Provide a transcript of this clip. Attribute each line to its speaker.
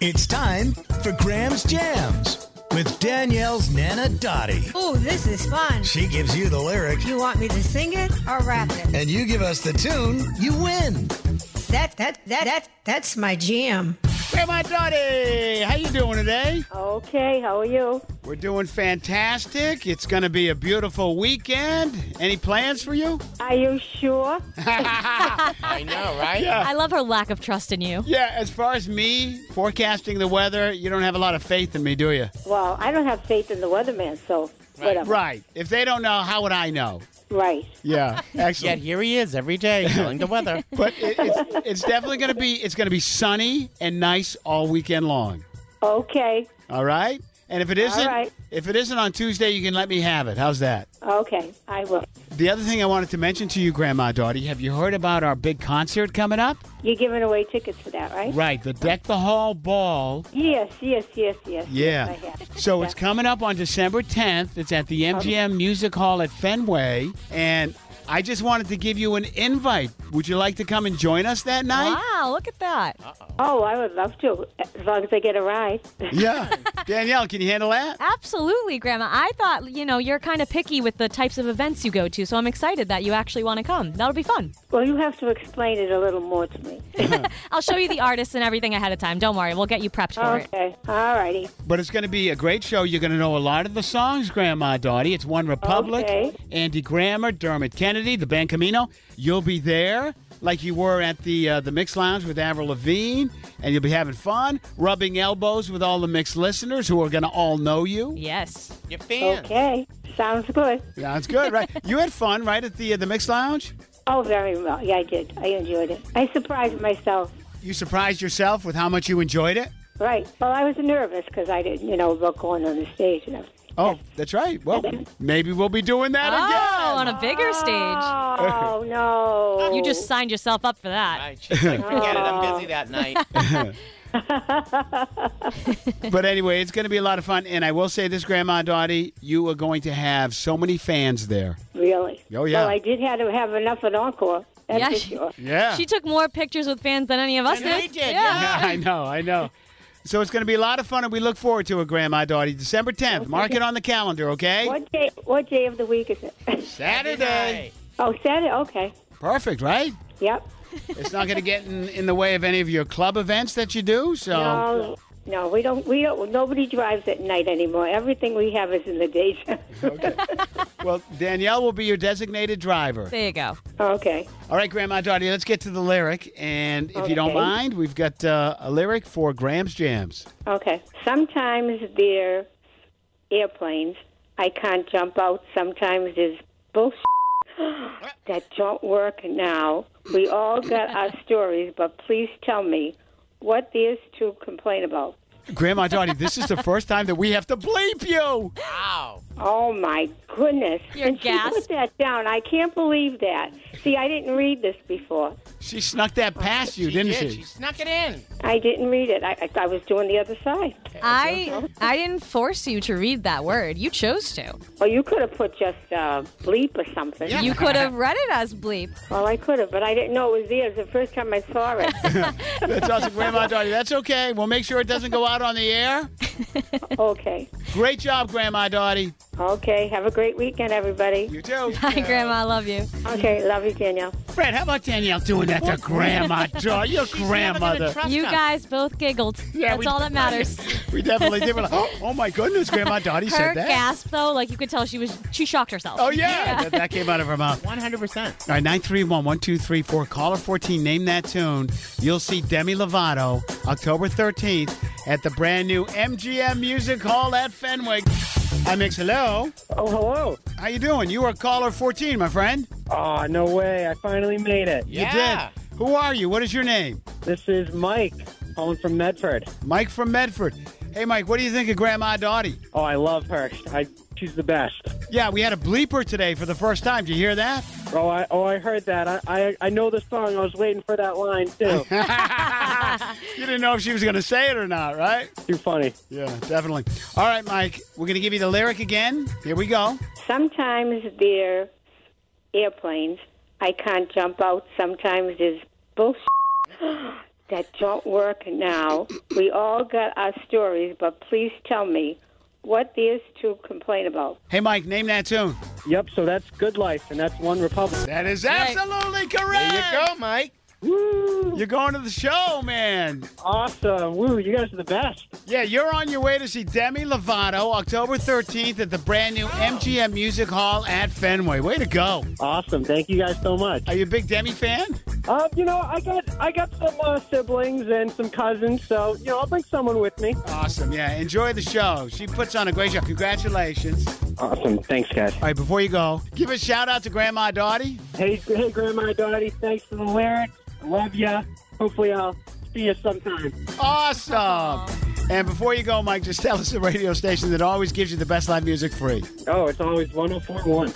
Speaker 1: It's time for Graham's Jams with Danielle's Nana Dottie.
Speaker 2: Oh, this is fun.
Speaker 1: She gives you the lyric,
Speaker 2: You want me to sing it or rap it?
Speaker 1: and you give us the tune, you win.
Speaker 2: That that that that that's my jam.
Speaker 3: Grandma Dottie, how you doing today?
Speaker 4: Okay, how are you?
Speaker 3: We're doing fantastic. It's going to be a beautiful weekend. Any plans for you?
Speaker 4: Are you sure?
Speaker 5: I know, right?
Speaker 3: Yeah.
Speaker 6: I love her lack of trust in you.
Speaker 3: Yeah, as far as me forecasting the weather, you don't have a lot of faith in me, do you?
Speaker 4: Well, I don't have faith in the weatherman, so whatever.
Speaker 3: Right. If they don't know, how would I know?
Speaker 4: Right.
Speaker 3: Yeah,
Speaker 5: Yet
Speaker 3: excellent.
Speaker 5: here he is every day telling the weather.
Speaker 3: But it, it's, it's definitely going to be it's going to be sunny and nice all weekend long.
Speaker 4: Okay.
Speaker 3: All right? And if it isn't
Speaker 4: right.
Speaker 3: if it isn't on Tuesday, you can let me have it. How's that?
Speaker 4: Okay, I will.
Speaker 3: The other thing I wanted to mention to you, Grandma Dottie, have you heard about our big concert coming up?
Speaker 4: You're giving away tickets for that, right?
Speaker 3: Right, the Deck the Hall Ball.
Speaker 4: Yes, yes, yes, yes.
Speaker 3: Yeah.
Speaker 4: Yes, I have.
Speaker 3: So it's coming up on December 10th. It's at the MGM Music Hall at Fenway. And I just wanted to give you an invite. Would you like to come and join us that night?
Speaker 6: Wow, look at that.
Speaker 4: Oh, I would love to, as long as I get a ride.
Speaker 3: Yeah. Danielle, can you handle that?
Speaker 6: Absolutely, Grandma. I thought, you know, you're kind of picky with the types of events you go to, so I'm excited that you actually want to come. That'll be fun.
Speaker 4: well, you have to explain it a little more to me.
Speaker 6: I'll show you the artists and everything ahead of time. Don't worry, we'll get you prepped for it.
Speaker 4: okay. All righty.
Speaker 3: But it's going to be a great show. You're going to know a lot of the songs, Grandma Dottie. It's One Republic,
Speaker 4: Okay.
Speaker 3: Andy Grammer, Dermot Kennedy, the band Camino. You'll be there like you were at the uh, the Mix Lounge with Avril Lavigne, and you'll be having fun, rubbing elbows with all the Mix listeners who are going to all know you.
Speaker 6: Yes.
Speaker 5: Your fan.
Speaker 4: Okay. Sounds good.
Speaker 3: Sounds good, right? you had fun, right, at the uh, the Mix Lounge?
Speaker 4: Oh, very well. Yeah, I did. I enjoyed it. I surprised myself.
Speaker 3: You surprised yourself with how much you enjoyed it?
Speaker 4: Right. Well, I was nervous because I didn't, you know, about going on the stage and everything.
Speaker 3: Oh, that's right. Well, maybe we'll be doing that
Speaker 6: Oh,
Speaker 3: again.
Speaker 6: on a bigger stage.
Speaker 4: Oh, no.
Speaker 6: You just signed yourself up for that.
Speaker 5: Right, she's like, forget it. I'm busy that night.
Speaker 3: But anyway, it's going to be a lot of fun. And I will say this, Grandma Dottie, you are going to have so many fans there.
Speaker 4: Really?
Speaker 3: Oh, yeah.
Speaker 4: Well, I did have to have enough at Encore. That's
Speaker 6: Yeah,
Speaker 4: for
Speaker 6: she-
Speaker 4: sure.
Speaker 3: Yeah.
Speaker 6: She took more pictures with fans than any of us
Speaker 5: Than we
Speaker 6: did.
Speaker 5: did,
Speaker 3: yeah, I know, I know. So it's going to be a lot of fun, and we look forward to it, Grandma Dottie. December 10th. Mark it on the calendar, okay?
Speaker 4: What day? What day of the week is it?
Speaker 3: Saturday.
Speaker 4: oh, Saturday. Okay.
Speaker 3: Perfect, right?
Speaker 4: Yep.
Speaker 3: It's not going to get in, in the way of any of your club events that you do. So
Speaker 4: No, no, we don't. We don't. Nobody drives at night anymore. Everything we have is in the daytime.
Speaker 3: Well, Danielle will be your designated driver.
Speaker 6: There you go.
Speaker 4: okay.
Speaker 3: All right, Grandma Dottie, let's get to the lyric. And if you don't
Speaker 4: Okay.
Speaker 3: mind, we've got uh, a lyric for Graham's Jams.
Speaker 4: Okay. Sometimes they're airplanes. I can't jump out. Sometimes there's bullshit that don't work now. We all got our stories, but please tell me what there's to complain about.
Speaker 3: Grandma Dottie, this is the first time that we have to bleep you.
Speaker 5: Wow.
Speaker 4: Oh my goodness!
Speaker 6: Your
Speaker 4: and
Speaker 6: gasp.
Speaker 4: she put that down. I can't believe that. See, I didn't read this before.
Speaker 3: She snuck that past you,
Speaker 5: She
Speaker 3: didn't
Speaker 5: did.
Speaker 3: she?
Speaker 5: snuck it in.
Speaker 4: I didn't read it. I, I, I was doing the other side.
Speaker 6: I I didn't force you to read that word. You chose to.
Speaker 4: Well, you could have put just uh, bleep or something.
Speaker 3: Yeah.
Speaker 6: You could have read it as bleep.
Speaker 4: Well, I could have, but I didn't know it was there. It was the first time I saw it.
Speaker 3: That's awesome, Grandma Dottie. That's okay. We'll make sure it doesn't go out on the air.
Speaker 4: okay.
Speaker 3: Great job, Grandma Dottie.
Speaker 4: Okay. Have a great weekend, everybody.
Speaker 3: You too.
Speaker 6: Hi, Grandma. I love you.
Speaker 4: Okay. Love you, Danielle.
Speaker 3: Fred, how about Danielle doing that to Grandma Dottie? Your grandmother.
Speaker 6: You guys both giggled. That's
Speaker 3: we-
Speaker 6: all that matters.
Speaker 3: We definitely did. We're like, oh, oh my goodness, Grandma Dottie
Speaker 6: Her
Speaker 3: said that.
Speaker 6: gasp, though, like you could tell she was she shocked herself.
Speaker 3: Oh, yeah. That, that came out of her mouth.
Speaker 5: 100%.
Speaker 3: All right, 931 1234, caller 14, name that tune. You'll see Demi Lovato October 13th at the brand new MGM Music Hall at Fenwick. I mix hello.
Speaker 7: Oh, hello.
Speaker 3: How you doing? You are caller 14, my friend.
Speaker 7: Oh, no way. I finally made it.
Speaker 5: Yeah.
Speaker 3: You did. Who are you? What is your name?
Speaker 7: This is Mike, calling from Medford.
Speaker 3: Mike from Medford. Hey, Mike, what do you think of Grandma Dottie?
Speaker 7: Oh, I love her. I She's the best.
Speaker 3: Yeah, we had a bleeper today for the first time. Did you hear that?
Speaker 7: Oh, I, oh, I heard that. I, I, I know the song. I was waiting for that line, too.
Speaker 3: You didn't know if she was going to say it or not, right?
Speaker 7: Too funny.
Speaker 3: Yeah, definitely. All right, Mike, we're going to give you the lyric again. Here we go.
Speaker 4: Sometimes they're airplanes. I can't jump out. Sometimes there's bullshit that don't work now. We all got our stories, but please tell me what these two complain about.
Speaker 3: Hey, Mike, name that tune.
Speaker 7: Yep, so that's Good Life, and that's One Republic.
Speaker 3: That is absolutely correct.
Speaker 5: There you go, Mike.
Speaker 7: Woo!
Speaker 3: You're going to the show, man.
Speaker 7: Awesome. Woo, you guys are the best.
Speaker 3: Yeah, you're on your way to see Demi Lovato October 13th at the brand new MGM Music Hall at Fenway. Way to go.
Speaker 7: Awesome. Thank you guys so much.
Speaker 3: Are you a big Demi fan?
Speaker 7: Um, you know, I got I got some uh, siblings and some cousins, so you know, I'll bring someone with me.
Speaker 3: Awesome. Yeah, enjoy the show. She puts on a great show. Congratulations. All
Speaker 7: Awesome. Thanks, guys.
Speaker 3: right, before you go, give a shout out to Grandma Dottie.
Speaker 7: Hey, hey, Grandma Dottie, thanks for the lyrics. Love ya. Hopefully, I'll see you sometime.
Speaker 3: Awesome. And before you go, Mike, just tell us the radio station that always gives you the best live music free.
Speaker 7: Oh, it's always 1041.